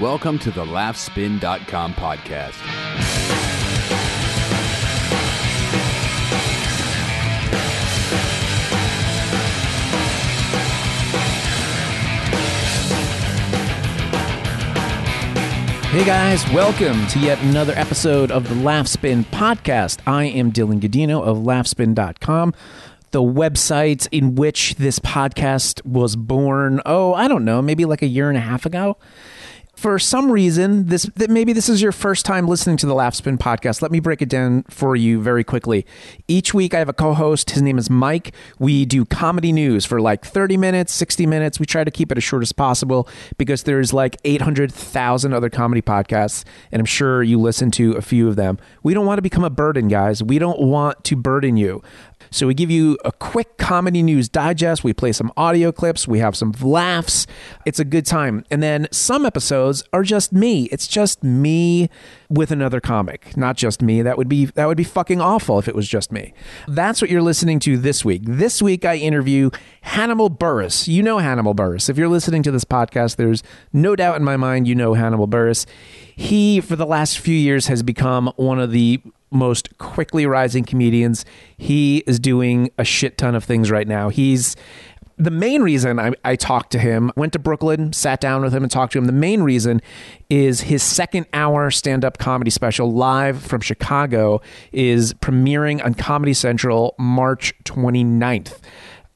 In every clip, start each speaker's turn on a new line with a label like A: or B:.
A: Welcome to the laughspin.com podcast.
B: Hey guys, welcome to yet another episode of the Laughspin podcast. I am Dylan Godino of laughspin.com, the website in which this podcast was born. Oh, I don't know, maybe like a year and a half ago. For some reason, this that maybe this is your first time listening to the Laughspin podcast. Let me break it down for you very quickly. Each week I have a co-host, his name is Mike. We do comedy news for like 30 minutes, 60 minutes. We try to keep it as short as possible because there's like 800,000 other comedy podcasts, and I'm sure you listen to a few of them. We don't want to become a burden, guys. We don't want to burden you. So we give you a quick comedy news digest. We play some audio clips. We have some laughs. It's a good time. And then some episodes are just me. It's just me with another comic, not just me. That would be that would be fucking awful if it was just me. That's what you're listening to this week. This week I interview Hannibal Burris. You know Hannibal Burris. If you're listening to this podcast, there's no doubt in my mind you know Hannibal Burris. He for the last few years has become one of the most quickly rising comedians. He is doing a shit ton of things right now. He's the main reason I, I talked to him, went to Brooklyn, sat down with him and talked to him. The main reason is his second hour stand up comedy special live from Chicago is premiering on Comedy Central March 29th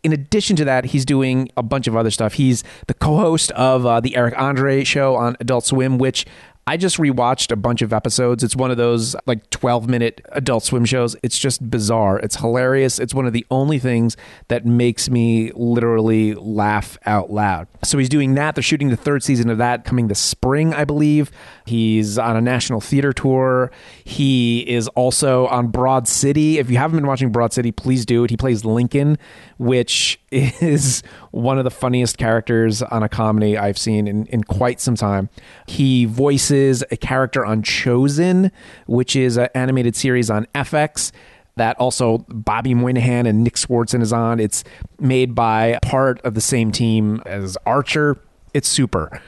B: in addition to that, he's doing a bunch of other stuff. He's the co-host of uh, the Eric Andre show on Adult Swim, which I just rewatched a bunch of episodes. It's one of those like 12-minute Adult Swim shows. It's just bizarre. It's hilarious. It's one of the only things that makes me literally laugh out loud. So he's doing that. They're shooting the third season of that coming this spring, I believe. He's on a national theater tour. He is also on Broad City. If you haven't been watching Broad City, please do it. He plays Lincoln, which is one of the funniest characters on a comedy I've seen in, in quite some time. He voices a character on Chosen, which is an animated series on FX that also Bobby Moynihan and Nick Swartzen is on. It's made by part of the same team as Archer. It's super.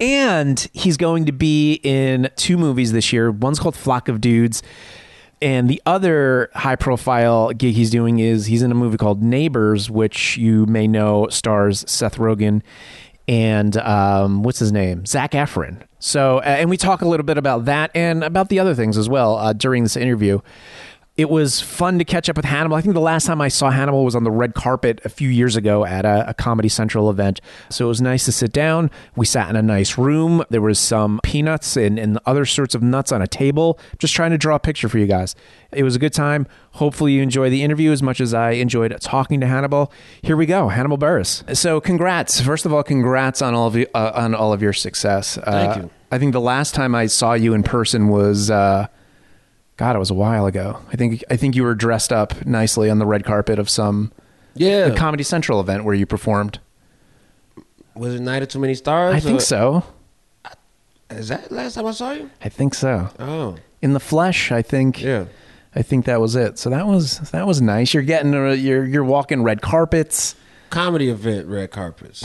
B: And he's going to be in two movies this year. One's called Flock of Dudes. And the other high profile gig he's doing is he's in a movie called Neighbors, which you may know stars Seth Rogen and um, what's his name? Zach Efron. So, uh, and we talk a little bit about that and about the other things as well uh, during this interview it was fun to catch up with Hannibal. I think the last time I saw Hannibal was on the red carpet a few years ago at a, a Comedy Central event. So it was nice to sit down. We sat in a nice room. There was some peanuts and, and other sorts of nuts on a table. Just trying to draw a picture for you guys. It was a good time. Hopefully you enjoy the interview as much as I enjoyed talking to Hannibal. Here we go, Hannibal Burris. So congrats. First of all, congrats on all of you uh, on all of your success. Uh,
C: Thank you.
B: I think the last time I saw you in person was. Uh, God, it was a while ago. I think I think you were dressed up nicely on the red carpet of some
C: Yeah.
B: the Comedy Central event where you performed.
C: was it Night of Too Many Stars?
B: I think
C: or-
B: so.
C: Is that last time I saw you?
B: I think so.
C: Oh.
B: In the flesh, I think.
C: Yeah.
B: I think that was it. So that was that was nice. You're getting uh, you're you're walking red carpets.
C: Comedy event, red carpets.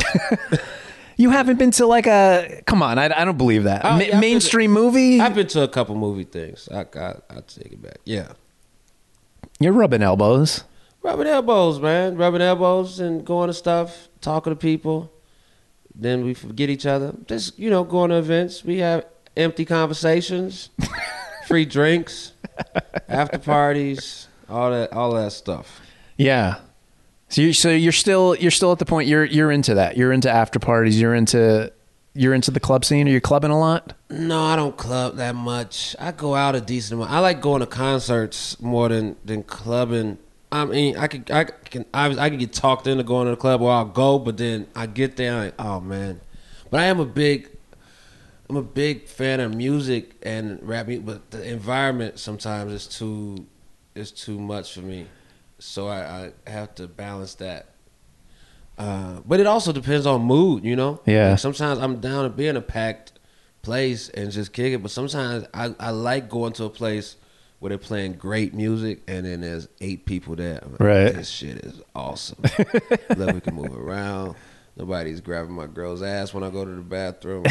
B: You haven't been to like a come on. I, I don't believe that
C: Oh,
B: Ma-
C: yeah, I've been to-
B: mainstream movie.
C: I've been to a couple movie things. I, I, I'll take it back. Yeah.
B: you're rubbing elbows.
C: Rubbing elbows, man. Rubbing elbows and going to stuff, talking to people. Then we forget each other. Just, you know, going to events. We have empty conversations, free drinks, after parties, all that, all that stuff.
B: Yeah. So you so you're still you're still at the point you're you're into that. You're into after parties. You're into you're into the club scene. Are you clubbing a lot?
C: No, I don't club that much. I go out a decent amount. I like going to concerts more than than clubbing. I mean, I could I can I, I can get talked into going to the club, or I'll go, but then I get there, like, oh man. But I am a big, I'm a big fan of music and rap, mu- but the environment sometimes is too, is too much for me, so I, I have to balance that. Uh, but it also depends on mood, you know.
B: Yeah.
C: Like, sometimes I'm down to be in a packed place and just kick it, but sometimes I, I like going to a place where they're playing great music and then there's eight people there. I'm like,
B: Right.
C: This shit is awesome. Love we can move around. Nobody's grabbing my girl's ass when I go to the bathroom.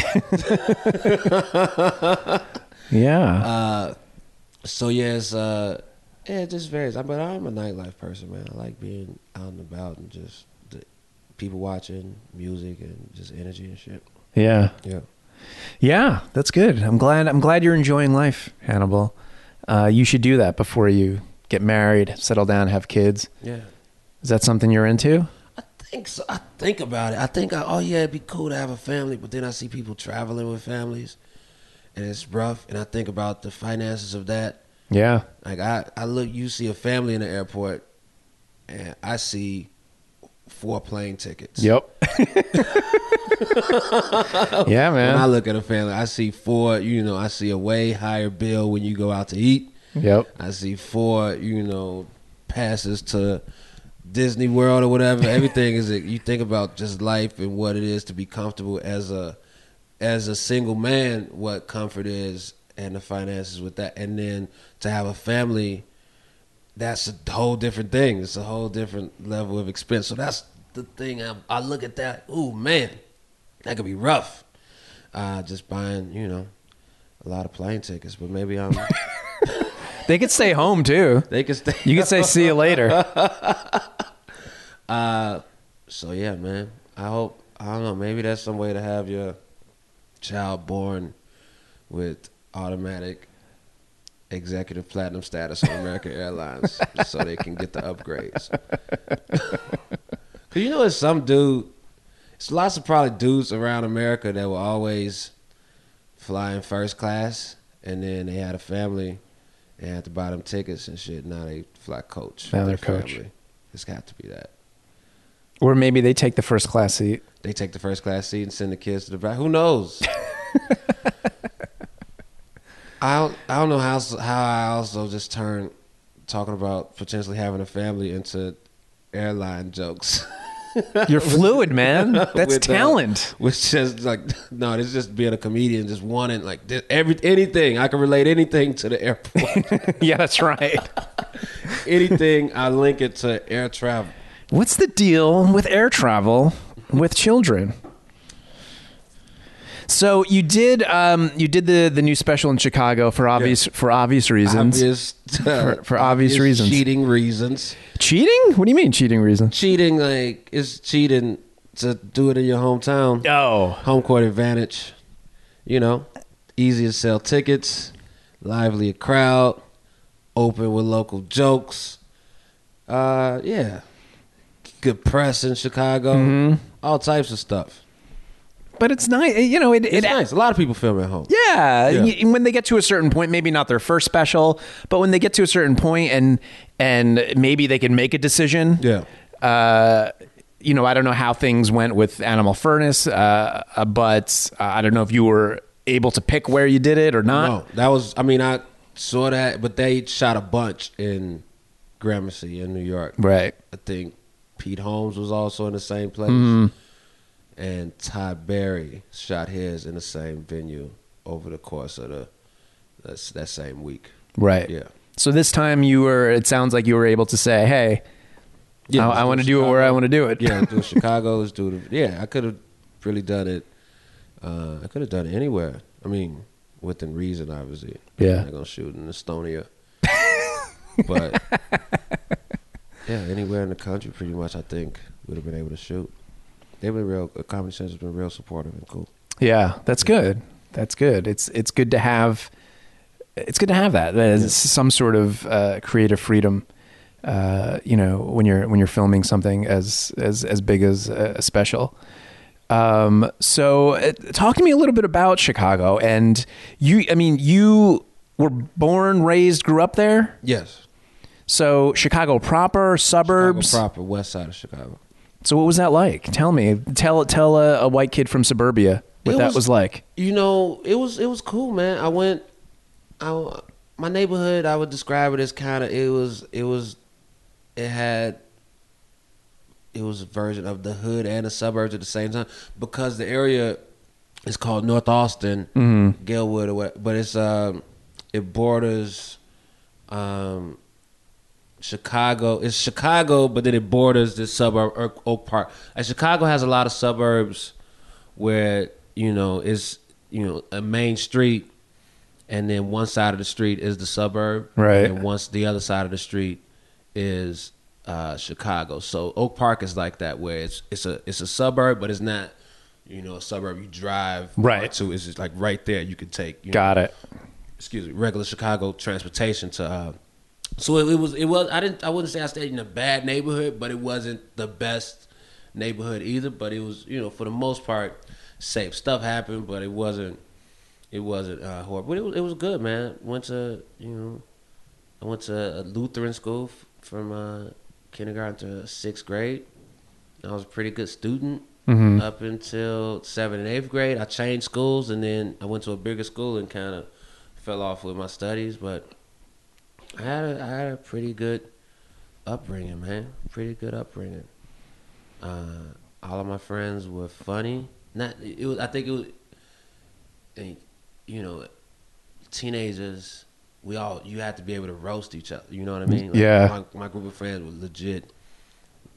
B: Yeah.
C: uh, so yes, uh, yeah, it just varies. I but I'm a nightlife person, man. I like being out and about and just the people watching, music, and just energy and shit.
B: yeah.
C: Yeah.
B: Yeah, that's good. I'm glad. I'm glad you're enjoying life, Hannibal. Uh, you should do that before you get married, settle down, have kids.
C: Yeah.
B: Is that something you're into?
C: I think so. I think about it. I think I, oh yeah, it'd be cool to have a family, but then I see people traveling with families, and it's rough. And I think about the finances of that.
B: Yeah.
C: Like I, I look, you see a family in the airport, and I see four plane tickets.
B: Yep. yeah,
C: When I
B: man.
C: look at a family, I see four. You know, I see a way higher bill when you go out to eat.
B: Yep.
C: I see four. You know, passes to Disney World or whatever. Everything is. You think about just life and what it is to be comfortable as a as a single man. What comfort is and the finances with that, and then to have a family. That's a whole different thing. It's a whole different level of expense. So that's the thing. I, I look at that. Ooh man, that could be rough. Uh, just buying, you know, a lot of plane tickets. But maybe I'm.
B: They could stay home too.
C: They can stay.
B: You could say see you later.
C: Uh, so yeah, man. I hope I don't know. Maybe that's some way to have your child born with automatic executive platinum status on American Airlines, so they can get the upgrades. 'Cause you know, it's some dude. It's lots of probably dudes around America that were always flying first class, and then they had a family and had to buy them tickets and shit. Now they fly coach. with
B: Now
C: their
B: they're coach.
C: family. It's got to be that.
B: Or maybe they take the first class seat.
C: They take the first class seat and send the kids to the back. Who knows? I don't, I don't know how s- how I also just turned talking about potentially having a family into airline jokes,
B: You're fluid, man. That's
C: With, uh,
B: talent.
C: which just like no, it's just being a comedian, just wanting like this, every anything I can relate anything to the airport,
B: Yeah, that's right.
C: anything I link it to air travel.
B: What's the deal with air travel with children? So you did um, you did the the new special in Chicago for obvious for obvious reasons.
C: Obvious,
B: For- for obvious reasons.
C: cheating reasons.
B: Cheating? What do you mean cheating reasons?
C: cheating like it's cheating to do it in your hometown.
B: Oh.
C: Home court advantage. You know, easy to sell tickets, lively crowd, open with local jokes. Uh, yeah, good press in Chicago.
B: Mm-hmm.
C: All types of stuff.
B: But it's nice, you know, it,
C: It's
B: it
C: nice. A lot of people film at home.
B: Yeah,
C: Yeah.
B: y- when they get to a certain point, maybe not their first special, but when they get to a certain point and and maybe they can make a decision.
C: Yeah.
B: Uh, you know, I don't know how things went with Animal Furnace, uh, uh, but uh, I don't know if you were able to pick where you did it or not.
C: No, that was. I mean, I saw that, but they shot a bunch in Gramercy in New York.
B: Right.
C: I think Pete Holmes was also in the same place, and Ty Berry shot his in the same venue over the course of the that's that same week.
B: Right.
C: Yeah.
B: So this time you were. It sounds like you were able to say, "Hey, I,
C: Yeah, let's
B: I
C: do Uh,
B: want to do it where I want to do it."
C: Yeah, do Chicago. Let's do the, yeah. I could have really done it. Uh, I could have done it anywhere. I mean, within reason, obviously.
B: Yeah.
C: I'm not gonna shoot in Estonia, but yeah, anywhere in the country, pretty much. I think would have been able to shoot. They've been real. Comedy Central's been real supportive and cool.
B: Yeah, that's good. That's good. It's it's good to have. It's good to have that. There's some sort of uh, creative freedom. Uh, you know, when you're when you're filming something as as as big as uh, a, a special. Um, so, uh, talk to me a little bit about Chicago. And you, I mean, you were born, raised, grew up there.
C: Yes,
B: So, Chicago proper, suburbs.
C: Chicago proper, west side of Chicago.
B: So, what was that like? Tell me. Tell tell a, a white kid from suburbia what
C: It
B: that
C: was-
B: was like.
C: you know, it was it was cool, man. I went, I my neighborhood. I would describe it as kind of it was it was, it had. It was a version of the hood and the suburbs at the same time because the area is called North Austin,
B: Mm-hmm.
C: Gilwood, or what, but it's um, it borders um, Chicago. It's Chicago, but then it borders this suburb Oak- Oak Park. And Chicago has a lot of suburbs where you know it's you know a main street, and then one side of the street is the suburb,
B: Right.
C: And once the other side of the street is uh, Chicago. So Oak Park is like that, where it's it's a it's a suburb, but it's not. You know, a suburb you drive
B: Right.
C: to is just like right there. You can take you know,
B: Got it.
C: excuse me, regular Chicago transportation to. Uh, so it, it was. It was. I didn't. I wouldn't say I stayed in a bad neighborhood, but it wasn't the best neighborhood either. But it was, you know, for the most part, safe stuff happened, but it wasn't. It wasn't uh, horrible. But it was. It was good, man. Went to you know, I went to a Lutheran school f- from uh, kindergarten to sixth grade. I was a pretty good student up until seventh and eighth grade. I changed schools and then I went to a bigger school and kind of fell off with my studies. But I had a, I had a pretty good upbringing, man. Pretty good upbringing. Uh, all of my friends were funny. Not it was. I think it was. And, you know, teenagers. We all you had to be able to roast each other. You know what I mean? Like,
B: Yeah.
C: My, my group of friends would legit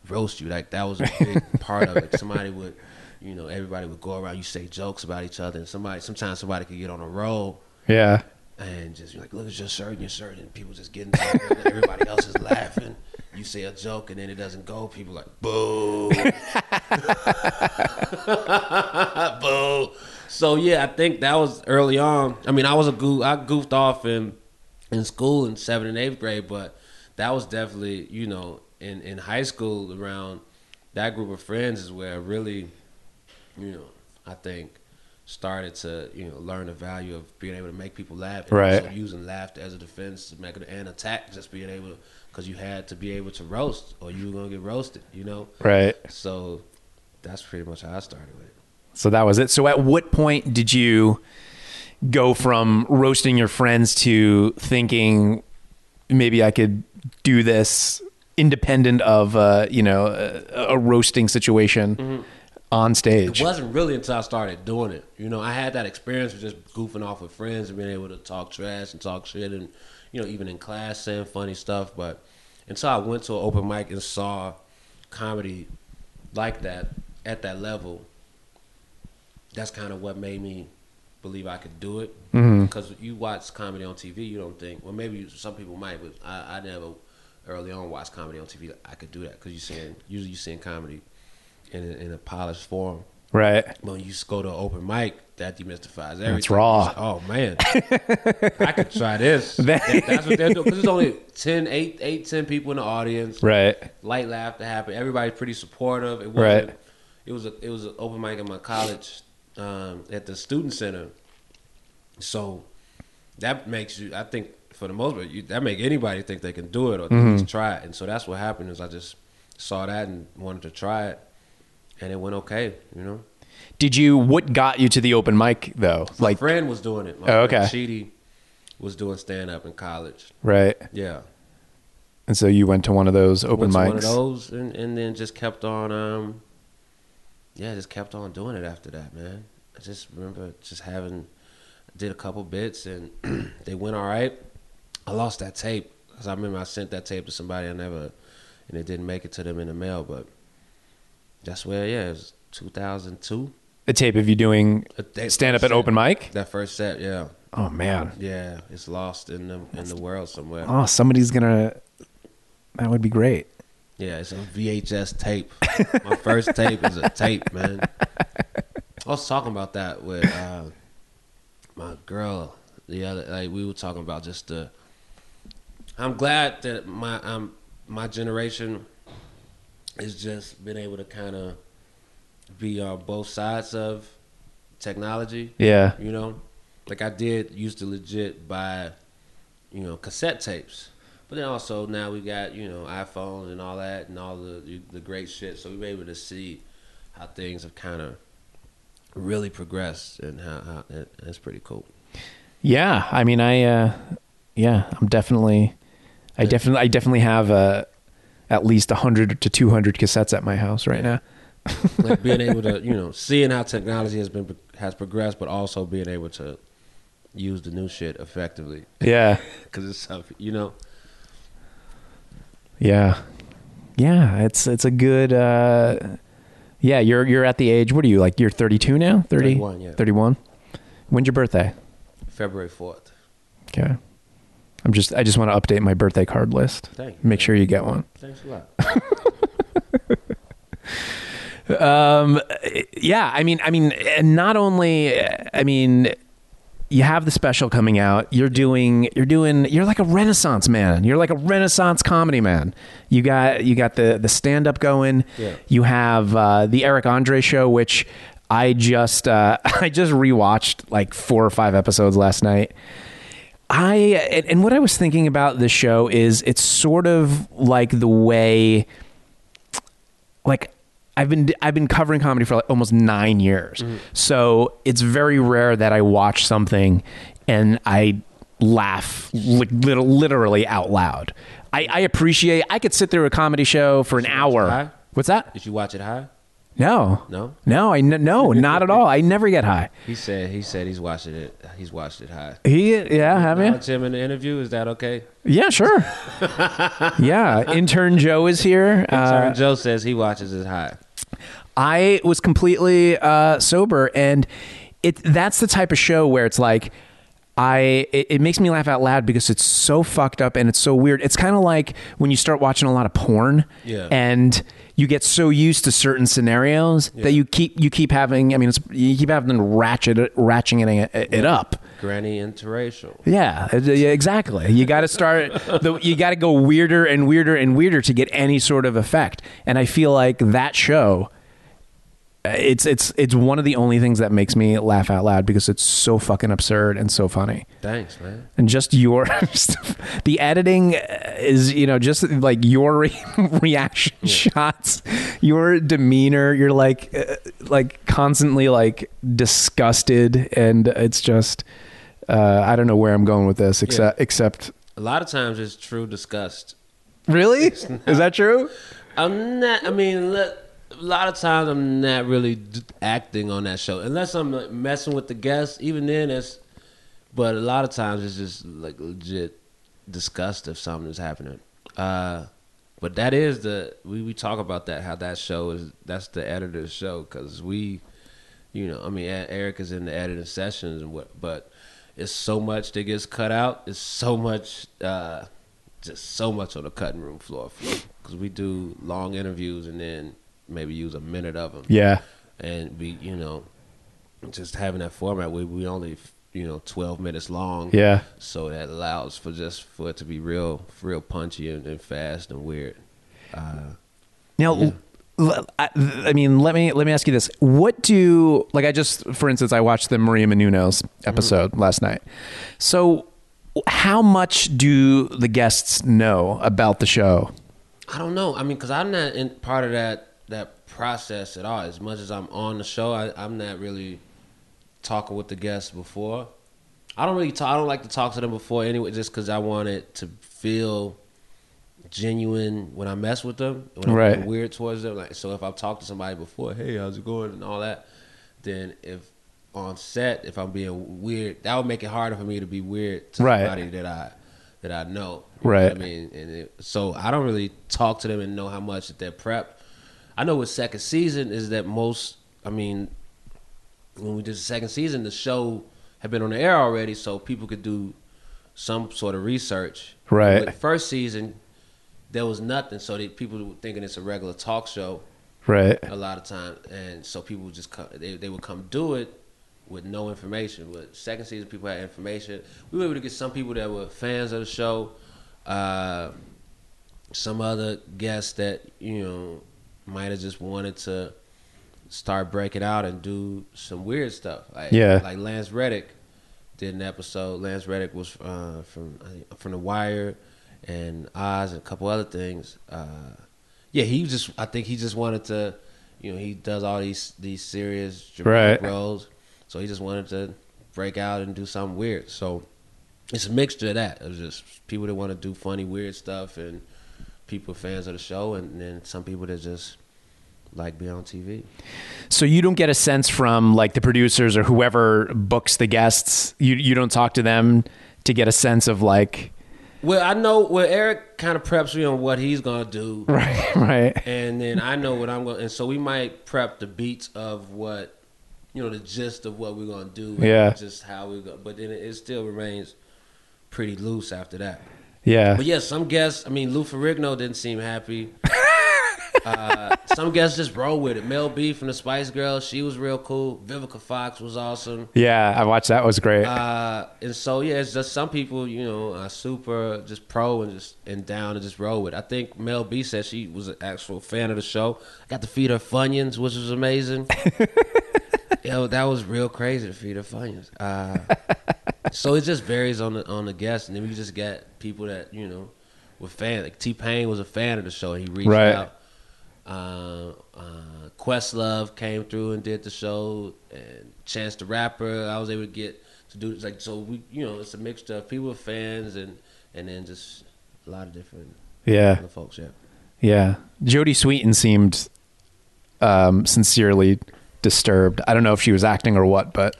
C: roast you. Like that was a big part of it. Somebody would, you know, everybody would go around. You say jokes about each other, and somebody sometimes somebody could get on a roll
B: Yeah.
C: and just be like, look at your shirt and your shirt, and people just getting and everybody else is laughing. You say a joke and then it doesn't go. People like boo, boo. So yeah, I think that was early on. I mean, I was a goof. I goofed off in in school in seventh and eighth grade, but that was definitely you know in in high school around that group of friends is where I really you know, I think started to you know learn the value of being able to make people laugh, and
B: Right.
C: also using laughter as a defense to make it an attack, just being able because you had to be able to roast or you were gonna get roasted, you know.
B: Right.
C: So that's pretty much how I started with it.
B: So that was it. So at what point did you go from roasting your friends to thinking maybe I could do this independent of uh, you know a, a roasting situation
C: Mm-hmm.
B: on stage?
C: It wasn't really until I started doing it. You know, I had that experience of just goofing off with friends and being able to talk trash and talk shit and, you know, even in class saying funny stuff. But until I went to an open mic and saw comedy like that at that level, that's kind of what made me believe I could do it. Because you watch comedy on TV, you don't think, well, maybe some people might, but I, I never early on watched comedy on TV. I could do that because you seeing usually you seeing comedy in a, in a polished form
B: Right.
C: when you just go to an open mic, that demystifies everything.
B: raw.
C: Oh man, I could try this. That- that's what they're doing because it's only 10, 8, 8, 10 people in the audience.
B: Right.
C: Light laughter happened. Everybody's pretty supportive. It was
B: Right.
C: It was a it was an open mic at my college um, at the student center. So that makes you. I think for the most part, you, that make anybody think they can do it or at
B: Mm-hmm.
C: least try it. And so that's what happened is I just saw that and wanted to try it, and it went okay. You know.
B: Did you what got you to the open mic though? Like
C: my friend was doing it. My
B: Oh, okay.
C: friend Chidi was doing stand up in college.
B: right.
C: Yeah.
B: And so you went to one of those open
C: Went to
B: mics.
C: one of those and, and then just kept on um yeah, just kept on doing it after that, man. I just remember just having did a couple bits and they went all right. I lost that tape cuz I remember I sent that tape to somebody I never and it didn't make it to them in the mail, but that's where yeah, it was 2002.
B: A tape of you doing
C: But that
B: stand up
C: first
B: at open
C: set-
B: mic.
C: Uh, That first set, yeah.
B: Oh man.
C: Yeah, it's lost in the in the world somewhere.
B: Oh, somebody's gonna. That would be great.
C: Yeah, it's a VHS tape. My first tape is a tape, man. I was talking about that with uh, my girl the other. Like we were talking about just the. I'm glad that my um my generation has just been able to kind of be on both sides of technology.
B: Yeah.
C: You know, like I did used to legit buy, you know, cassette tapes. But then also now we got you know iPhones and all that and all the the great shit. So we were able to see how things have kind of really progressed and how, how and that's pretty cool.
B: Yeah, I mean, I uh, yeah, I'm definitely, I definitely, I definitely have uh, at least hundred to two hundred cassettes at my house right now.
C: Like being able to you know seeing how technology has been has progressed, but also being able to use the new shit effectively uh,
B: Yeah,
C: because it's tough, you know.
B: Yeah. Yeah, it's it's a good uh Yeah, you're you're at the age what are you like you're 32 now? 30
C: 31, yeah.
B: 31. When's your birthday?
C: February fourth.
B: Okay. I'm just I just want to update my birthday card list.
C: Thank you.
B: Make sure you get one.
C: Thanks a lot.
B: Um, yeah, I mean, I mean, and not only, I mean, you have the special coming out. You're doing, you're doing, you're like a renaissance man. You're like a renaissance comedy man. You got, you got the the stand up going.
C: Yeah.
B: You have uh, the Eric Andre show, which I just, uh, I just rewatched like four or five episodes last night. I and, and what I was thinking about this show is it's sort of like the way like I've been I've been covering comedy for like almost nine years,
C: Mm-hmm.
B: so it's very rare that I watch something and I laugh li- lit- literally out loud. I, I appreciate. I could sit through a comedy show for an hour.
C: high?
B: What's that?
C: Did you watch it high?
B: No,
C: No?
B: no. I n- no, not at all. I never get high.
C: He said he said he's watching it. He's watched it high.
B: He yeah, have you?
C: Acknowledge him in the interview. Is that okay?
B: Yeah, sure. yeah, intern Joe is here.
C: Intern
B: Uh,
C: Joe says he watches it high.
B: I was completely uh, sober, and it that's the type of show where it's like I it, it makes me laugh out loud because it's so fucked up and it's so weird. It's kind of like when you start watching a lot of porn,
C: Yeah.
B: and you get so used to certain scenarios that you keep you keep having. I mean, it's, you keep having to ratchet it- ratcheting it, it up.
C: Granny interracial.
B: Yeah, uh, yeah, exactly. You got to start. the, you got to go weirder and weirder and weirder to get any sort of effect. And I feel like that show, uh, it's it's it's one of the only things that makes me laugh out loud because it's so fucking absurd and so funny.
C: Thanks, man.
B: And just your stuff- the editing uh, is you know just like your re- reaction shots, your demeanor. You're like uh, like constantly like disgusted, and it's just uh, I don't know where I'm going with this except except
C: A lot of times it's true disgust.
B: really is that true?
C: I'm not. I mean, look. A lot of times I'm not really d- acting on that show unless I'm like, messing with the guests. Even then, it's. But a lot of times it's just like legit disgust if something is happening. Uh, but that is the we we talk about that how that show is that's the editor's show because we, you know, I mean E- Eric is in the editing sessions and what, but it's so much that gets cut out. It's so much. Uh, just so much on the cutting room floor because we do long interviews and then maybe use a minute of them.
B: Yeah,
C: And we, you know, just having that format where we only, you know, 12 minutes long.
B: yeah.
C: So that allows for just for it to be real, real punchy and, and fast and weird.
B: Now, l- l- I, I mean, let me let me ask you this: What do like I just, for instance, I watched the Maria Menounos
C: Mm-hmm.
B: episode last night. So, how much do the guests know about the show?
C: I don't know. I mean, because I'm not in part of that that process at all. As much as I'm on the show, I, I'm not really talking with the guests before. I don't really talk. I don't like to talk to them before anyway, just because I want it to feel genuine when I mess with them. When I'm
B: Right.
C: weird towards them. Like, so if I've talked to somebody before, hey, how's it going, and all that, then if on set, if I'm being weird, that would make it harder for me to be weird to
B: Right.
C: somebody that I that I know. You know
B: Right.
C: what I mean, and it, so I don't really talk to them and know how much that they're prepped. I know with second season is that most. I mean, when we did the second season, the show had been on the air already, so people could do some sort of research.
B: Right.
C: With first season, there was nothing, so they, people were thinking it's a regular talk show
B: Right.
C: a lot of time, and so people would just come, they they would come do it with no information. With second season, people had information. We were able to get some people that were fans of the show, uh, some other guests that you know might have just wanted to start breaking out and do some weird stuff. Like,
B: Yeah.
C: like Lance Reddick did an episode. Lance Reddick was uh, from I think, from The Wire and Oz and a couple other things. Uh, yeah, he just I think he just wanted to, you know, he does all these these serious dramatic
B: Right.
C: roles, so he just wanted to break out and do something weird. So it's a mixture of that. It was just people that want to do funny weird stuff and people fans of the show, and then some people that just like be on TV.
B: So you don't get a sense from like the producers or whoever books the guests. You you don't talk to them to get a sense of like
C: Well, I know. Well, Eric kind of preps me on what he's gonna do,
B: Right, right.
C: and then I know what I'm gonna. And so we might prep the beats of what, you know, the gist of what we're gonna do. and
B: Yeah.
C: Just how we go, but then it, it still remains pretty loose after that.
B: Yeah.
C: But yeah, some guests. I mean, Lou Ferrigno didn't seem happy. uh, some guests just roll with it. Mel B from the Spice Girls, she was real cool. Vivica Fox was awesome.
B: Yeah, I watched that was great.
C: Uh, and so yeah, it's just some people, you know, are super just pro and just and down and just roll with. it. I think Mel B said she was an actual fan of the show. Got to feed her funyuns, which was amazing. Yo, that was real crazy to feed her funyuns. Uh, so it just varies on the on the guest, and then we just got people that you know were fan. Like T Pain was a fan of the show. He reached
B: Right.
C: out. Uh, uh, Questlove came through and did the show, and Chance the Rapper. I was able to get to do like so. We you know it's a mixture of people, fans, and and then just a lot of different
B: yeah.
C: other folks. Yeah.
B: Yeah. Jodie Sweetin seemed um, sincerely disturbed. I don't know if she was acting or what, but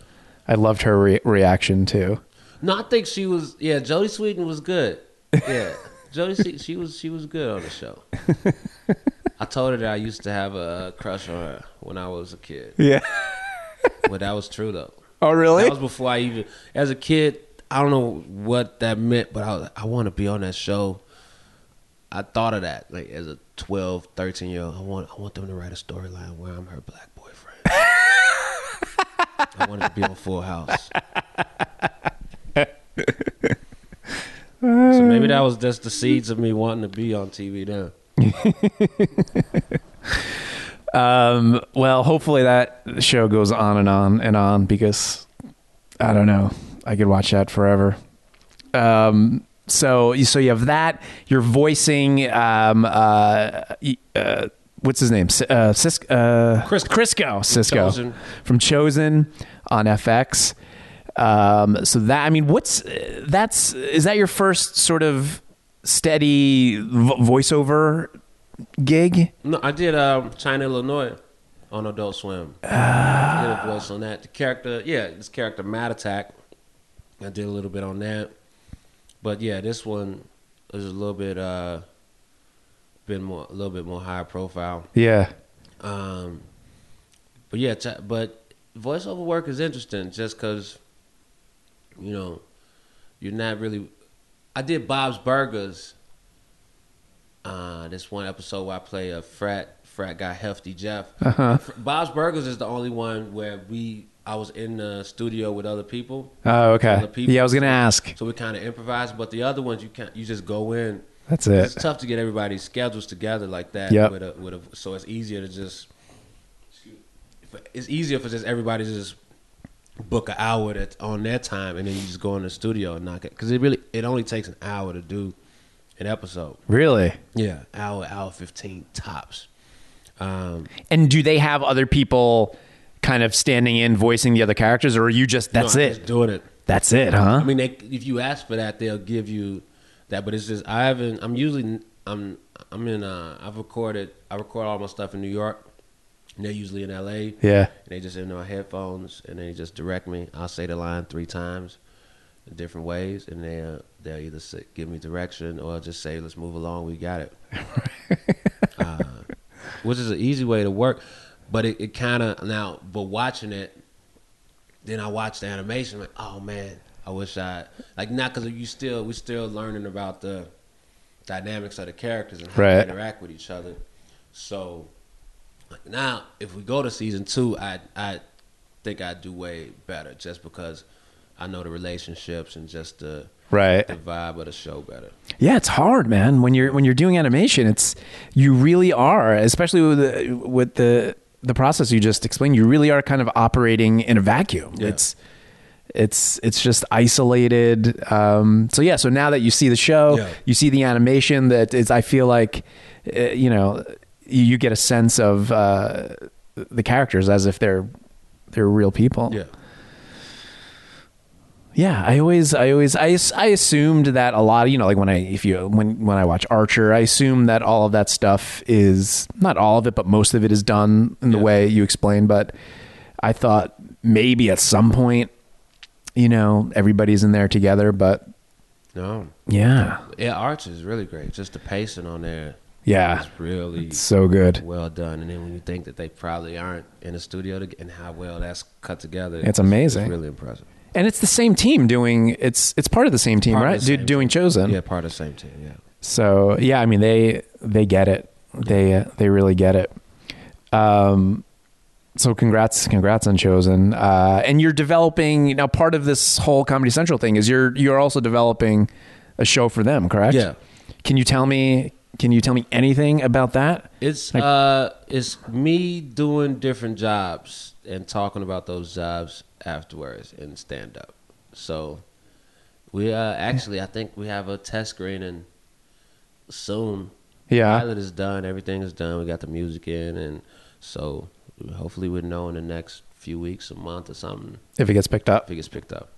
B: I loved her re- reaction too.
C: No, I think she was. Yeah, Jodie Sweetin was good. Yeah, Jodie, Se- she was she was good on the show. I told her that I used to have a crush on her when I was a kid.
B: Yeah.
C: Well, that was true though.
B: Oh, really?
C: That was before I even, as a kid, I don't know what that meant, but I was like, I want to be on that show. I thought of that, like as a 12, 13 year old. I want, I want them to write a storyline where I'm her black boyfriend. I wanted to be on Full House. so maybe that was just the seeds of me wanting to be on TV now.
B: Um, well, hopefully that show goes on and on and on because I don't know. I could watch that forever. Um, so, so you have that. You're voicing. Um, uh, y- uh, what's his name? S- Uh, Cis- uh,
C: Crisco.
B: Crisco. Cisco
C: Chosen.
B: from Chosen on FX. Um, so that I mean, what's that's is that your first sort of steady vo- voiceover gig?
C: No, I did um, China, Illinois on Adult Swim. I did a voice on that. The character, yeah, this character, Mad Attack. I did a little bit on that. But yeah, this one is a little bit, uh, been more, a little bit more high profile.
B: Yeah.
C: Um, but yeah, t- but voiceover work is interesting just because, you know, you're not really. I did Bob's Burgers. Uh, this one episode where I play a frat frat guy, Hefty Jeff. F- Bob's Burgers is the only one where we I was in the studio with other people,
B: Oh, okay.
C: Other people.
B: Yeah, I was gonna ask.
C: so we kind of improvised. But the other ones, you can't. You just go in
B: That's
C: it's
B: it.
C: tough to get everybody's schedules together like that.
B: Yep.
C: With a, with a, so it's easier to just. It's easier for just everybody to just book an hour that on their time, and then you just go in the studio and knock it. Because it really it only takes an hour to do an episode.
B: Really?
C: Yeah, hour hour fifteen tops. Um,
B: And do they have other people kind of standing in voicing the other characters or are you just that's
C: no, I'm
B: it?
C: Just doing it.
B: That's it, huh?
C: I mean, they, if you ask for that, they'll give you that. But it's just I haven't. I'm usually I'm I'm in. Uh, I've recorded. I record all my stuff in New York. And they're usually in L.A.
B: yeah.
C: And they just in their headphones and they just direct me. I'll say the line three times in different ways, and they will they'll either say, give me direction or just say, "Let's move along. We got it," uh, which is an easy way to work. But it, it kind of now, but watching it, then I watch the animation. Like, oh man, I wish I like not because you still we still learning about the dynamics of the characters and how
B: Right.
C: they interact with each other. So like, now, if we go to season two, I I think I do way better just because I know the relationships and just the
B: Right.
C: the vibe of the show better.
B: Yeah, it's hard, man. When you're when you're doing animation, it's you really are, especially with the, with the the process you just explained, you really are kind of operating in a vacuum.
C: Yeah.
B: It's it's it's just isolated. Um, so yeah, so now that you see the show,
C: Yeah.
B: you see the animation that is I feel like uh, you know, you, you get a sense of uh, the characters as if they're they're real people. Yeah, I always, I always, I, as- I assumed that a lot, you know, like when I, if you, when, when I watch Archer, I assume that all of that stuff is not all of it, but most of it is done in the
C: Yeah.
B: way you explained. But I thought maybe at some point, you know, everybody's in there together, but
C: No,
B: Yeah.
C: yeah, Arch is really great. Just the pacing on there
B: Yeah.
C: is really
B: So good.
C: well done. And then when you think that they probably aren't in the studio to, and how well that's cut together,
B: It's amazing.
C: really impressive.
B: And it's the same team doing it's it's part of the same team,
C: Part of
B: right?
C: the
B: Do,
C: same
B: doing Chosen.
C: Yeah, part of the same team. Yeah.
B: So yeah, I mean they they get it. They uh, they really get it. Um, so congrats, congrats on Chosen. Uh, and you're developing now. Part of this whole Comedy Central thing is you're you're also developing a show for them, correct?
C: Yeah.
B: Can you tell me? Can you tell me anything about that?
C: It's
B: Like-
C: uh, it's me doing different jobs and talking about those jobs afterwards in stand up. So we uh, actually, I think we have a test screening soon.
B: Yeah.
C: Pilot is done, everything is done. We got the music in, and so hopefully we know in the next few weeks, a month or something,
B: If it gets picked up,
C: if it gets picked up.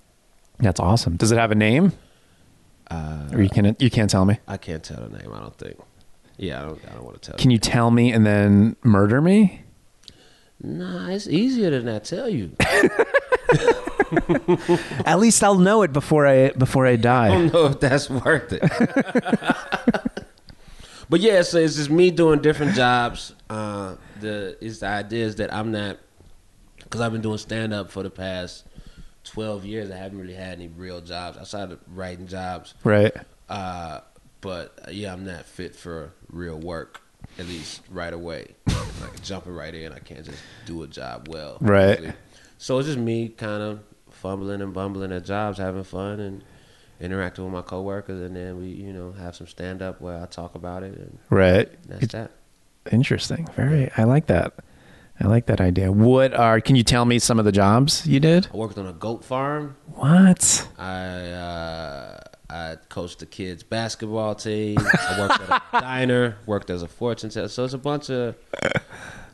B: that's awesome. Does it have a name?
C: Uh,
B: Or you can you can't tell me?
C: I can't tell the name. I don't think. Yeah, I don't. I don't want to tell.
B: Can you tell me and then murder me?
C: Nah, it's easier than I tell you.
B: At least I'll know it before I before I
C: I
B: die.
C: don't know if that's worth it. but yeah, so it's just me doing different jobs. Uh, the it's the idea is that I'm not because I've been doing stand up for the past twelve years. I haven't really had any real jobs outside of writing jobs.
B: Right.
C: Uh, but uh, yeah, I'm not fit for real work at least right away. like jumping right in, I can't just do a job well.
B: Right.
C: basically. So it's just me kind of fumbling and bumbling at jobs, having fun and interacting with my coworkers, and then we, you know, have some stand up where I talk about it, and
B: Right.
C: that's that.
B: Interesting. Very. I like that. I like that idea. What are? Can you tell me some of the jobs you did?
C: I worked on a goat farm.
B: What?
C: I uh, I coached the kids' basketball team. I worked at a diner. Worked as a fortune teller. So it's a bunch of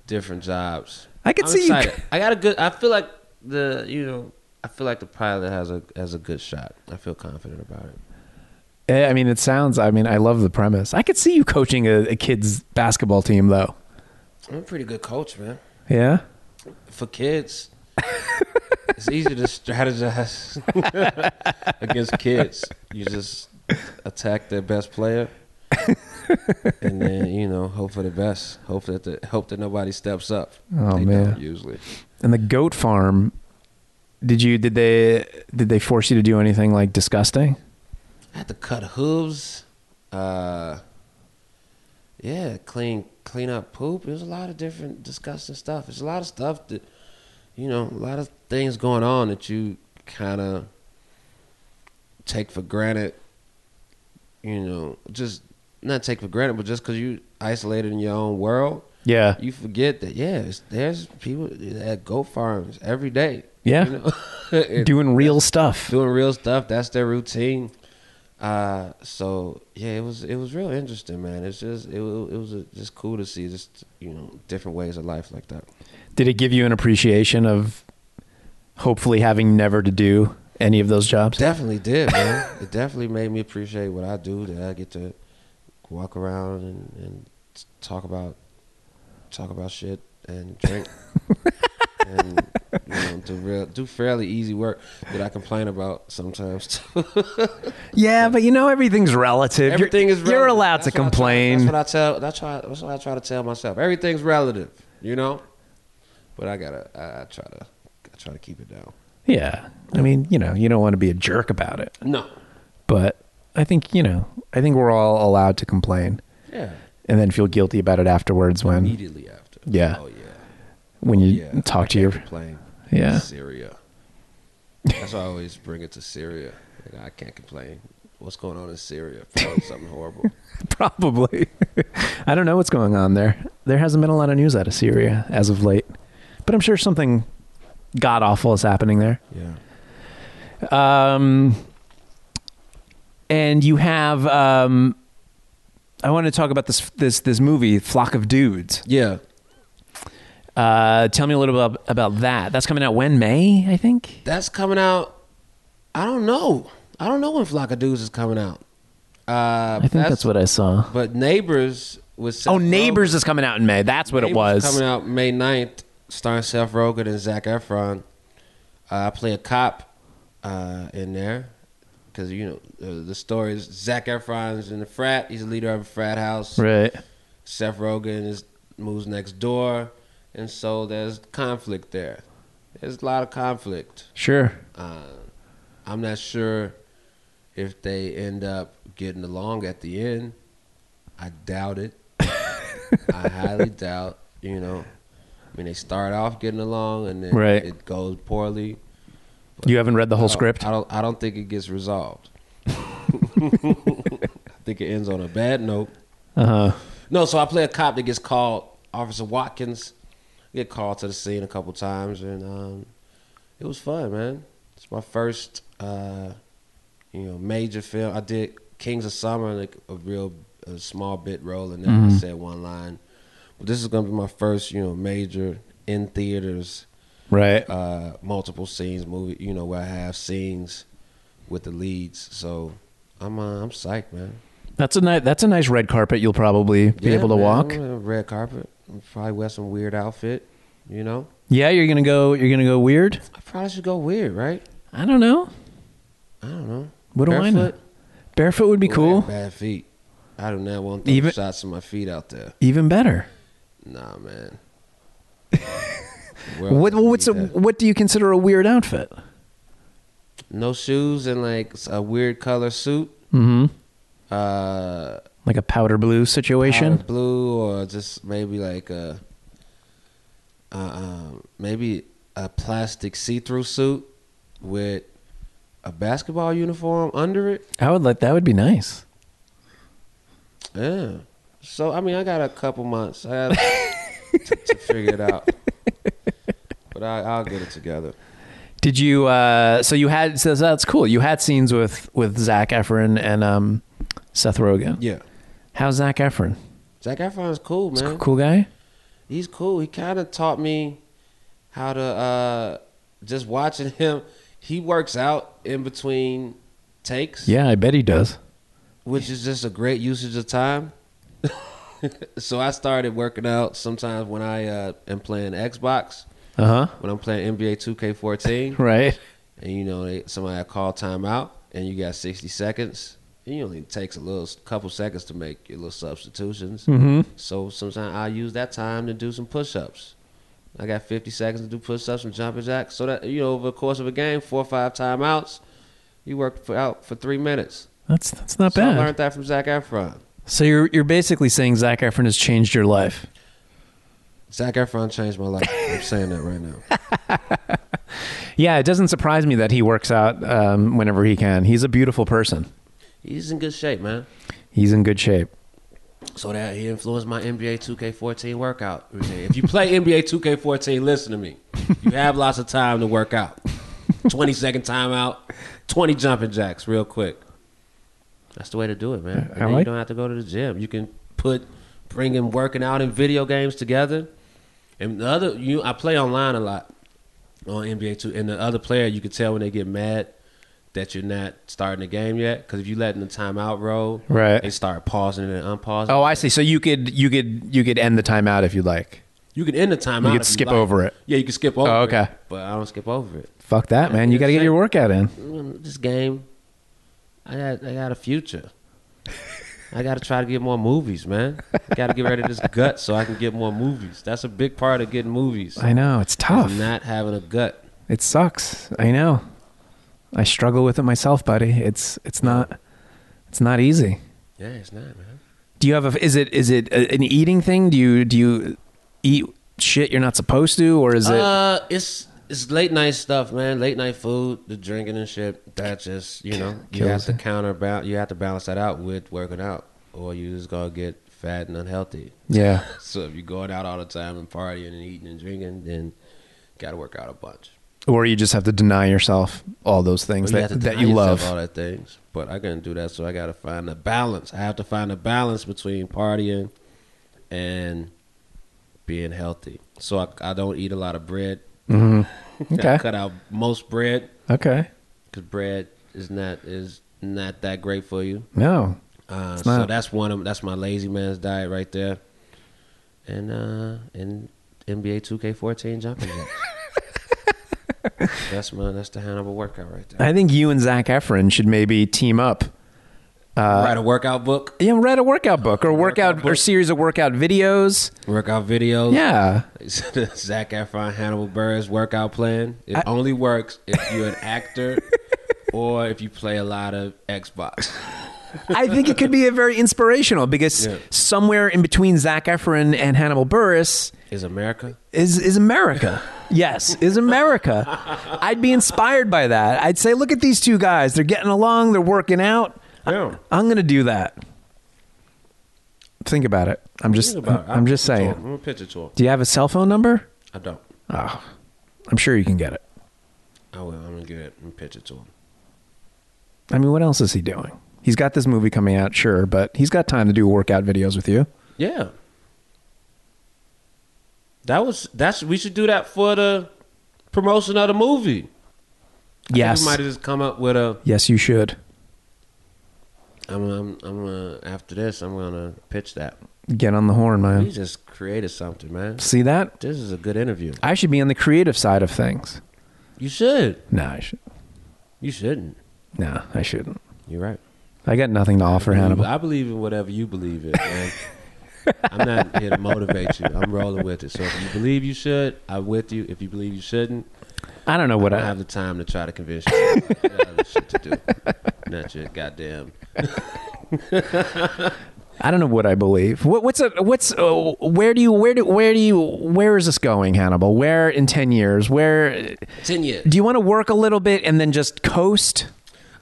C: different jobs.
B: I could
C: I'm
B: see you-
C: excited. I got a good. I feel like the you know. I feel like the pilot has a has a good shot. I feel confident about it.
B: Eh, I mean, it sounds. I mean, I love the premise. I could see you coaching a, a kids basketball team, though.
C: I'm a pretty good coach, man.
B: Yeah.
C: For kids, it's easy to strategize against kids. You just attack their best player, and then you know hope for the best. Hope that the, hope that nobody steps up.
B: Oh,
C: They
B: man.
C: don't usually.
B: And the goat farm. Did you? Did they? Did they force you to do anything like disgusting?
C: I had to cut hooves. Uh, yeah, clean clean up poop. It was a lot of different disgusting stuff. It's a lot of stuff that you know, a lot of things going on that you kind of take for granted. You know, just not take for granted, but just because you isolated in your own world,
B: Yeah.
C: you forget that yeah, it's, there's people at goat farms every day.
B: Yeah.
C: you know? And-
B: Doing real stuff.
C: doing real stuff. That's their routine. Uh, so yeah, it was it was real interesting, man. It's just it, wa- it was uh, just cool to see just you know different ways of life like that.
B: Did it give you an appreciation of hopefully having never to do any of those jobs?
C: Definitely did, man. it definitely made me appreciate what I do. That I get to walk around and, and t- talk about talk about shit and drink and you know, do real do fairly easy work that I complain about sometimes too.
B: Yeah, but you know everything's relative. You're-
C: Everything is
B: you're,
C: relative.
B: allowed to
C: That's what I try-
B: complain.
C: that's what I tell. That's why. That's what I try to tell myself. Everything's relative, you know. But I gotta. I, I try to. I try to keep it down.
B: yeah, I mean, you know, you don't want to be a jerk about it,
C: No.
B: but I think you know, I think we're all allowed to complain
C: Yeah.
B: and then feel guilty about it afterwards when
C: Immediately after.
B: Yeah.
C: Oh yeah.
B: when you
C: Yeah.
B: talk to your
C: Complain.
B: Yeah.
C: Syria. That's why I always bring it to Syria. Like, I can't complain. What's going on in Syria? Probably something horrible.
B: probably. I don't know what's going on there. There hasn't been a lot of news out of Syria as of late, but I'm sure something god awful is happening there.
C: Yeah.
B: Um, and you have um, I want to talk about this this this movie, Flock of Dudes.
C: Yeah.
B: Uh, tell me a little bit about that. That's coming out when May, I think.
C: That's coming out. I don't know. I don't know when Flock of Dudes is coming out. Uh,
B: I think that's, what I saw.
C: But Neighbors was Seth
B: Oh, Neighbors
C: Rogen.
B: is coming out in May. That's what it
C: Neighbors
B: was.
C: coming out May 9th, starring Seth Rogen and Zach Efron. Uh, I play a cop uh, in there. because you know uh, the story is Zach Efron's in the frat. He's the leader of a frat house.
B: Right.
C: Seth Rogen is moves next door, and so there's conflict there. There's a lot of conflict.
B: Sure.
C: Uh, I'm not sure if they end up getting along at the end. I doubt it. I highly doubt. You know, I mean, they start off getting along, and then
B: Right.
C: it goes poorly.
B: You haven't read the whole
C: I don't-
B: script.
C: I don't. I don't think it gets resolved. I think it ends on a bad note.
B: Uh huh.
C: No, so I play a cop that gets called Officer Watkins. Get called to the scene a couple times, and um, it was fun, man. It's my first, uh, you know, major film. I did Kings of Summer, like a real a small bit role, and then I said one line. But this is gonna be my first, you know, major in theaters
B: Right.
C: uh, multiple scenes movie. You know where I have scenes with the leads, so I'm uh, I'm psyched, man.
B: That's a nice. That's a nice red carpet. You'll probably be
C: Yeah,
B: able to
C: man,
B: walk.
C: I'm wearing a red carpet. I'm probably wear some weird outfit. You know,
B: Yeah, you're gonna go. You're gonna go weird.
C: I probably should go weird, right?
B: I don't know.
C: I don't know.
B: What do I know?
C: Barefoot?
B: Barefoot would be
C: Ooh, I
B: cool.
C: got Bad feet. I do not want those
B: Even-
C: shots of my feet out there.
B: Even better.
C: Nah, man.
B: What what's a, what do you consider a weird outfit?
C: no shoes and like a weird color suit?
B: Mm-hmm.
C: Uh,
B: Like a powder blue situation.
C: powder blue or just maybe like a uh, um, maybe a plastic see-through suit with a basketball uniform under it
B: I would like. That would be nice.
C: yeah so i mean i got a couple months i got to, to figure it out but I, i'll get it together
B: Did you? Uh, so you had. So that's cool. You had scenes with with Zach Efron and um, Seth Rogen.
C: yeah
B: How's Zach Efron?
C: Zac Efron's cool,
B: He's
C: man.
B: a cool guy.
C: He's cool. He kind of taught me how to uh, just watching him. He works out in between takes.
B: Yeah, I bet he does.
C: which is just a great usage of time. so I started working out sometimes when I uh, am playing Xbox,
B: Uh huh.
C: when I'm playing NBA 2K14,
B: Right.
C: and you know they, somebody call timeout, and you got 60 seconds. It only takes a little couple seconds to make your little substitutions.
B: Mhm.
C: So sometimes I use that time to do some push-ups. I got 50 seconds to do push-ups and jumping jacks. So that you know over the course of a game, four or five timeouts, you work for, out for three minutes.
B: That's that's not
C: so
B: bad.
C: I learned that from Zach Efron.
B: So you're you're basically saying Zach Efron has changed your life.
C: Zach Efron changed my life. I'm saying that right now.
B: Yeah, it doesn't surprise me that he works out um, whenever he can. He's a beautiful person.
C: He's in good shape, man.
B: He's in good shape.
C: So that he influenced my NBA 2K14 workout routine. If you play NBA 2K14, listen to me. You have lots of time to work out. 20 second timeout, 20 jumping jacks, real quick. That's the way to do it, man.
B: I
C: And then you
B: like-
C: don't have to go to the gym. You can put bringing working out and video games together. And the other, you I play online a lot on NBA two, and the other player you can tell when they get mad that you're not starting the game yet because if you letting the timeout roll,
B: Right.
C: they start pausing it and unpausing.
B: Oh, I see. So you could you could you could end the timeout if you like.
C: You can end the timeout.
B: You could
C: if
B: skip
C: like.
B: over it.
C: Yeah, you can skip over.
B: Oh, okay.
C: it, but I don't skip over it.
B: Fuck that, man. You got to get your workout in.
C: Mm, This game, I got, I got a future. I got to try to get more movies, man. I got to get rid of this gut so I can get more movies. That's a big part of getting movies.
B: I know it's tough.
C: is Not having a gut.
B: It sucks. I know. I struggle with it myself, buddy. It's it's not it's not easy.
C: Yeah, it's not, man.
B: Do you have a is it is it a, an eating thing? Do you do you eat shit you're not supposed to, or is it?
C: Uh, it's it's late night stuff, man. Late night food, the drinking and shit. That just you know you have
B: Kills
C: to counterbalance. You have to balance that out with working out, or you just gonna get fat and unhealthy.
B: yeah.
C: So if you're going out all the time and partying and eating and drinking, then gotta work out a bunch.
B: or you just have to deny yourself all those things
C: Well,
B: that,
C: have to
B: that
C: deny
B: you
C: yourself
B: love.
C: all that things. But I couldn't do that, so I gotta find a balance. I have to find a balance between partying and being healthy. So I, I don't eat a lot of bread. I
B: Mm-hmm. Okay.
C: cut out most bread
B: Okay.
C: because bread is not is not that great for you.
B: No.
C: Uh,
B: It's
C: so
B: not.
C: that's one of that's my lazy man's diet right there. And uh and NBA 2K14 jumping jacks. That's my that's the Hannibal workout right there.
B: I think you and Zach Efron should maybe team up. Uh,
C: Write a workout book,
B: Yeah, write a workout book or workout,
C: Workout
B: or
C: book.
B: series of workout videos.
C: workout videos.
B: Yeah.
C: Zach Efron, Hannibal Burris workout plan. It only works if you're an actor or if you play a lot of Xbox.
B: I think it could be a very inspirational because
C: Yeah.
B: somewhere in between Zach Efron and Hannibal Burris
C: Is America?
B: is is America. yes, is America. I'd be inspired by that. I'd say, look at these two guys. They're getting along. They're working out.
C: Yeah.
B: I'm gonna do that. Think about it. I'm just.
C: Think about it.
B: I'm, I'm just
C: Picture
B: saying.
C: tour. I'm a picture tour.
B: Do you have a cell phone number? Ah,
C: I don't.
B: I'm sure you can get it.
C: I will. I'm gonna get it. I'm a picture tour.
B: I mean, what else is he doing? He's got this movie coming out, sure, but he's got time to do workout videos with you.
C: Yeah. That was that's we should do that for the promotion of the movie. I think
B: Yes.
C: we might have just come up with a.
B: Yes, you should.
C: I'm I'm I'm uh, after this. I'm gonna pitch that.
B: Get on the horn,
C: We
B: man.
C: just created something, man.
B: See that?
C: This is a good interview.
B: I should be on the creative side of things.
C: You should.
B: No, I should.
C: You shouldn't.
B: No, I shouldn't.
C: You're right.
B: I got nothing to offer Hannibal.
C: I believe in whatever you believe in. Man. I'm not here to motivate you. I'm rolling with it. So if you believe you should, I'm with you. If you believe you shouldn't,
B: I don't know what
C: I don't
B: I.
C: have the time to try to convince you. I got other shit to do. Not your goddamn.
B: I don't know what I believe. What, what's a what's uh, where do you where do where do you where is this going, Hannibal? Where in ten years? Where
C: Ten years.
B: do you want to work a little bit and then just coast?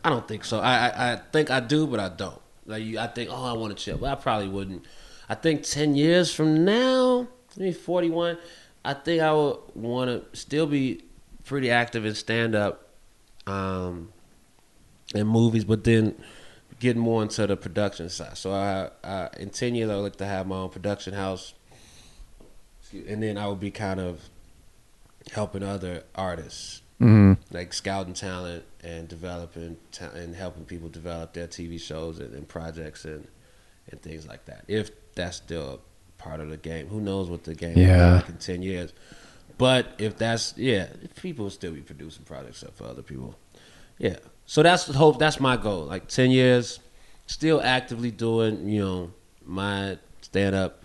C: I don't think so. I, I, I think I do, but I don't. Like you, I think, oh, I want to chill, but I probably wouldn't. I think ten years from now, maybe forty-one, I think I would want to still be pretty active in stand-up, um, and movies, but then get more into the production side. So I, I in ten years, I would like to have my own production house, Excuse- and then I would be kind of helping other artists
B: Mm,
C: like scouting talent and developing ta- and helping people develop their TV shows and, and projects and and things like that. If that's still part of the game, who knows what the game will
B: Yeah.
C: be like in ten years? But if that's yeah, people will still be producing projects up for other people. Yeah, so that's the hope. That's my goal. Like ten years, still actively doing you know my stand up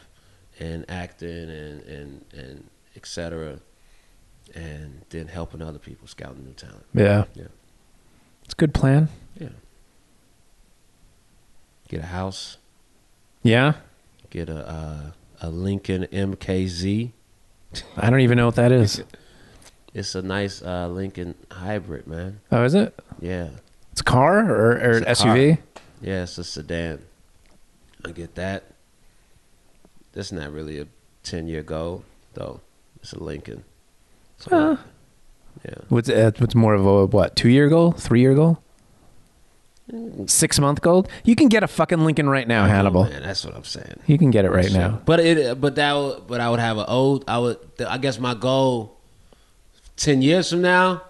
C: and acting and and and etc. And then helping other people scouting new talent.
B: yeah,
C: Yeah.
B: it's a good plan.
C: Yeah. Get a house.
B: Yeah,
C: Get a uh, a Lincoln MKZ.
B: I don't even know what that is.
C: It's a nice uh, Lincoln hybrid, man.
B: Oh, is it?
C: Yeah,
B: It's a car or, or an
C: It's a car.
B: SUV?
C: yeah. It's a sedan. I get that. That's not really a ten year goal though. It's a Lincoln. So,
B: Uh.
C: yeah.
B: What's uh, what's more of a what two year goal, three year goal, six month goal? You can get a fucking Lincoln right now, Hannibal.
C: Man, that's what I'm saying.
B: You can get it right now.
C: But it, but that, would- but I would have an old. I would. I guess my goal, ten years from now,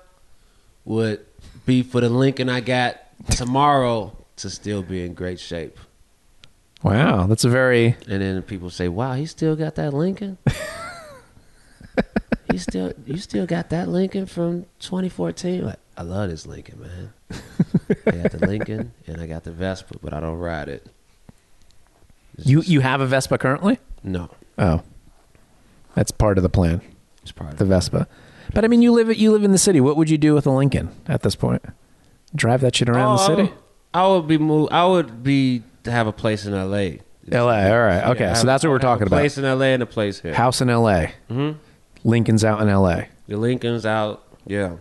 C: would be for the Lincoln I got tomorrow to still be in great shape.
B: Wow, that's a very
C: And then people say, "Wow, he still got that Lincoln." he still, you still got that Lincoln from 2014. Like, I love this Lincoln, man. I got the Lincoln and I got the Vespa, but I don't ride it.
B: you you have a Vespa currently.
C: No,
B: Oh, that's part of the plan,
C: it's part of
B: the Vespa. But I mean, you live you live in the city. What would you do with a Lincoln at this point? Drive that shit around the
C: Oh, I
B: city?
C: would- I would, be move. I would be to have a place in L.A.
B: L.A. All right, okay.
C: Yeah, I
B: so that's
C: have-
B: what
C: I
B: we're
C: have
B: talking
C: a
B: about.
C: Place in L.A. and a place here.
B: House in L.A.
C: Mhm.
B: Lincoln's out in L.A.
C: The Lincoln's out. Yeah,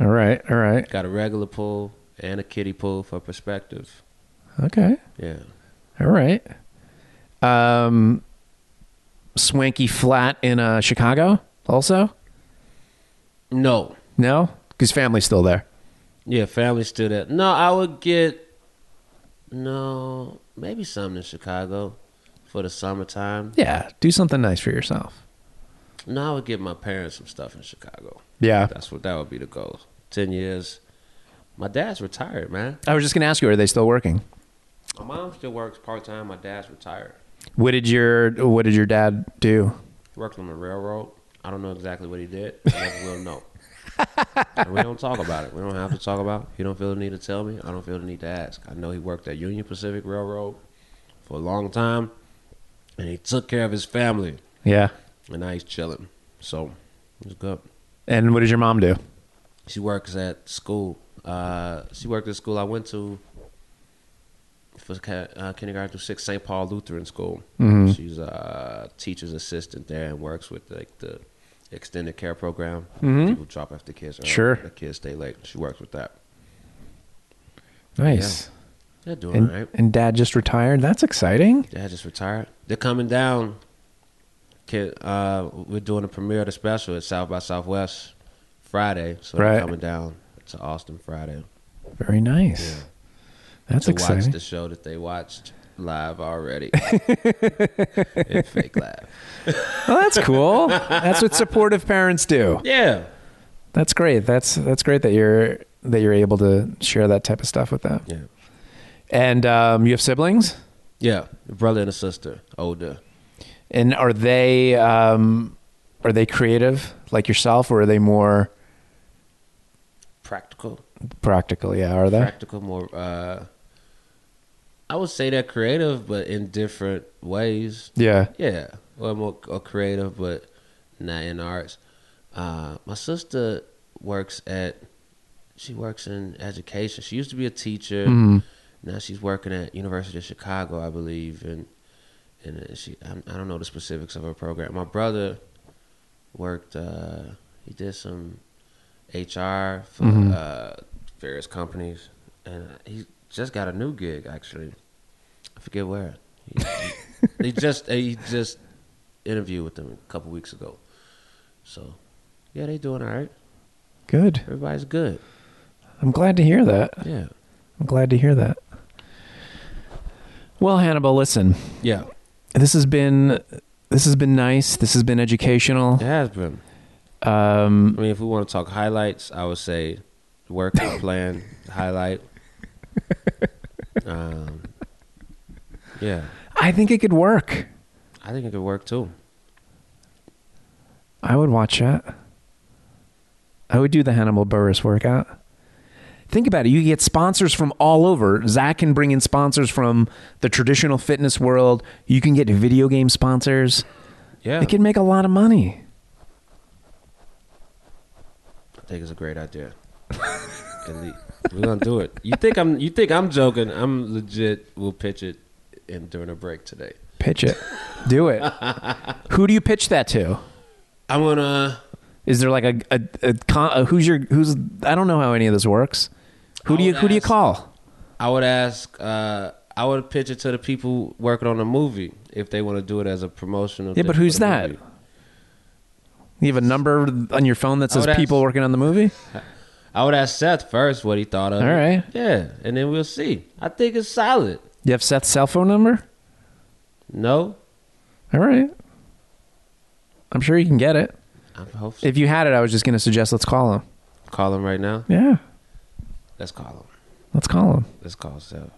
B: All right, all right,
C: got a regular pool and a kiddie pool for perspective.
B: okay.
C: Yeah,
B: All right. Um, swanky flat in uh, Chicago, also?
C: no,
B: No? Because family's still there.
C: yeah, family still there. No, I would get no, maybe something in Chicago for the summertime.
B: Yeah. Do something nice for yourself.
C: No, I would get my parents some stuff in Chicago.
B: Yeah.
C: That's what that would be the goal. Ten years. My dad's retired, man.
B: I was just going to ask you, are they still working?
C: My mom still works part time. My dad's retired.
B: What did your What did your dad do?
C: He worked on the railroad. I don't know exactly what he did. I never will know. And we don't talk about it. We don't have to talk about. It. He don't feel the need to tell me. I don't feel the need to ask. I know he worked at Union Pacific Railroad for a long time, and he took care of his family,
B: Yeah.
C: and now he's chilling. So it's good.
B: And what does your mom do?
C: She works at school. Uh, she worked at school I went to for ki- uh, kindergarten through sixth, St. Paul Lutheran School.
B: Mm-hmm.
C: She's a teacher's assistant there and works with like the extended care program. People drop off the kids. or
B: Mm-hmm. Sure.
C: The kids stay late. She works with that.
B: Nice.
C: They're doing
B: And,
C: all right.
B: and dad just retired. That's exciting.
C: Dad just retired. They're coming down. Kid, uh, we're doing a premiere of the special at South by Southwest Friday, so
B: Right.
C: they're coming down to Austin Friday.
B: Very nice. That's
C: to watch
B: exciting.
C: the show that they watched live already. and fake live.
B: Oh, that's cool. that's what supportive parents do.
C: Yeah.
B: That's great. That's that's great that you're that you're able to share that type of stuff with them.
C: Yeah.
B: And um, you have siblings,
C: Yeah. A brother and a sister, older.
B: and are they um, are they creative like yourself, or are they more
C: Practical.
B: practical? Yeah, are they?
C: Practical, more uh I would say they're creative but in different ways.
B: Yeah.
C: Yeah, well, more c- or creative, but not in the arts. Uh, my sister works at, she works in education. She used to be a teacher. Now she's working at University of Chicago, I believe, and and uh, she, I, I don't know the specifics of her program. My brother worked. Uh, he did some HR for uh, various companies, and he just got a new gig actually. I forget where. He, he just he just interviewed with them a couple weeks ago. So yeah, they doing all right.
B: Good.
C: Everybody's good.
B: I'm glad to hear that.
C: Yeah.
B: I'm glad to hear that. Well, Hannibal, listen.
C: Yeah.
B: This has been this has been nice. This has been educational.
C: It has been.
B: Um,
C: I mean, if we want to talk highlights, I would say workout plan highlight. Um, yeah,
B: I think it could work.
C: I think it could work too.
B: I would watch that. I would do the Hannibal Burris workout. Think about it. You get sponsors from all over. Zach can bring in sponsors from the traditional fitness world. You can get video game sponsors.
C: Yeah,
B: It can make a lot of money.
C: I think it's a great idea. Elite. We're gonna do it. You think I'm? You think I'm joking? I'm legit. We'll pitch it in during a break today.
B: Pitch it. do it. Who do you pitch that to?
C: I'm gonna.
B: Is there like a a, a, con, a who's your who's I don't know how any of this works. Who do
C: I
B: you
C: would
B: who do you
C: ask-
B: call?
C: I would ask. Uh, I would pitch it to the people working on the movie if they want to do it as a promotional.
B: Yeah,
C: thing
B: but
C: for
B: who's
C: the
B: that?
C: movie.
B: You have a number on your phone that
C: I would
B: says people
C: ask-
B: working on the movie.
C: I would ask Seth first what he thought of.
B: All
C: it.
B: right.
C: Yeah, and then we'll see. I think it's solid.
B: You have Seth's cell phone number.
C: No,
B: All right. I'm sure you can get it.
C: I hope so.
B: If you had it, I was just going to suggest let's call him.
C: call him right now.
B: Yeah,
C: Let's call him.
B: let's call him.
C: Let's call Seth.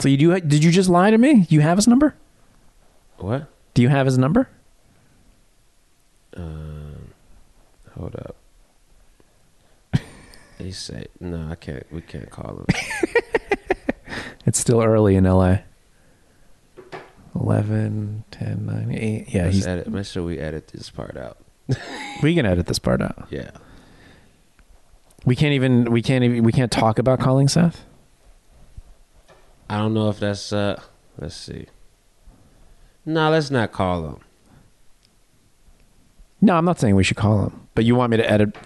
B: So you do? Did you just lie to me? You have his number?
C: What?
B: Do you have his number?
C: Um, hold up. He said, "No, I can't. We can't call him."
B: It's still early in LA. 11, 10, 9, 8. Yeah,
C: Let's
B: he's,
C: edit. Make sure we edit this part out.
B: we can edit this part out.
C: Yeah.
B: We can't even we can't even we can't talk about calling Seth.
C: I don't know if that's uh let's see. No, let's not call him.
B: No, I'm not saying we should call him, but you want me to edit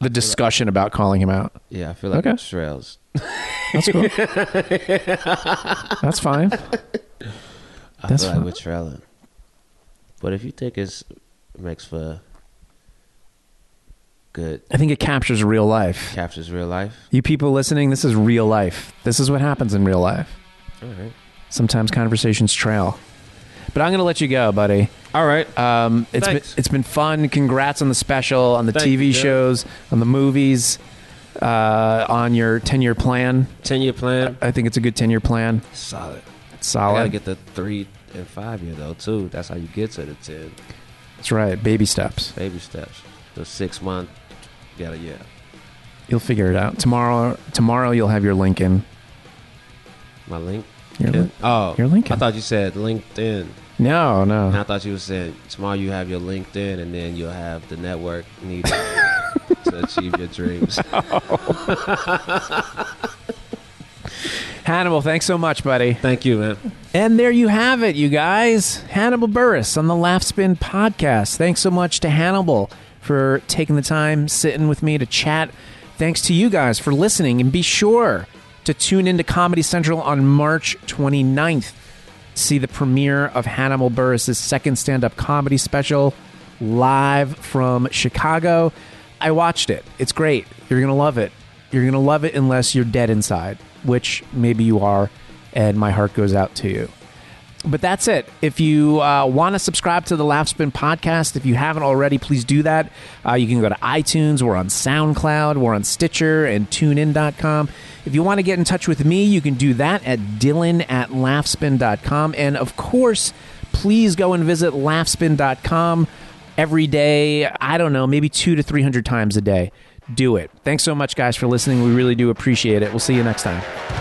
B: the discussion about calling him out.
C: Yeah, I feel like
B: Okay.
C: okay. Shrells.
B: That's cool. That's fine.
C: I
B: That's
C: feel like
B: fine.
C: we're trailing. But if you think it's makes for good
B: I think it captures real life.
C: captures real life.
B: You people listening, this is real life. This is what happens in real life.
C: All right.
B: Sometimes conversations trail. But I'm going to let you go, buddy.
C: All right.
B: Um, it's been,
C: Thanks.
B: it's been fun. Congrats on the special, on the
C: Thank
B: TV
C: you, Jeff.
B: shows, on the movies, uh, on your 10 year plan.
C: Ten year plan.
B: I think it's a good 10 year plan.
C: Solid.
B: It's
C: I
B: solid.
C: gotta get the three and five year though too. That's how you get to the ten.
B: That's right. Baby steps.
C: Baby steps. The six month. Got it. Yeah.
B: You'll figure it out tomorrow. Tomorrow you'll have your Lincoln.
C: My link.
B: Your
C: Yeah.
B: Lin-
C: Oh,
B: Your Lincoln.
C: I thought you said LinkedIn.
B: No, no.
C: And I thought you were saying tomorrow you have your LinkedIn and then you'll have the network needed to achieve your dreams.
B: Hannibal, thanks so much, buddy.
C: Thank you, man.
B: And there you have it, you guys. Hannibal Burris on the Laugh Spin podcast. Thanks so much to Hannibal for taking the time sitting with me to chat. Thanks to you guys for listening and be sure to tune into Comedy Central on March 29th. See the premiere of Hannibal Burris's second stand-up comedy special live from Chicago. I watched it. It's great. You're going to love it. You're going to love it unless you're dead inside, which maybe you are, and my heart goes out to you. But that's it. If you uh, want to subscribe to the Laughspin podcast, if you haven't already, please do that. Uh, you can go to iTunes. We're on SoundCloud. We're on Stitcher and TuneIn.com. If you want to get in touch with me, you can do that at Dylan at Laughspin.com. And of course, please go and visit Laughspin.com every day. I don't know, maybe two to 300 times a day. Do it. Thanks so much, guys, for listening. We really do appreciate it. We'll see you next time.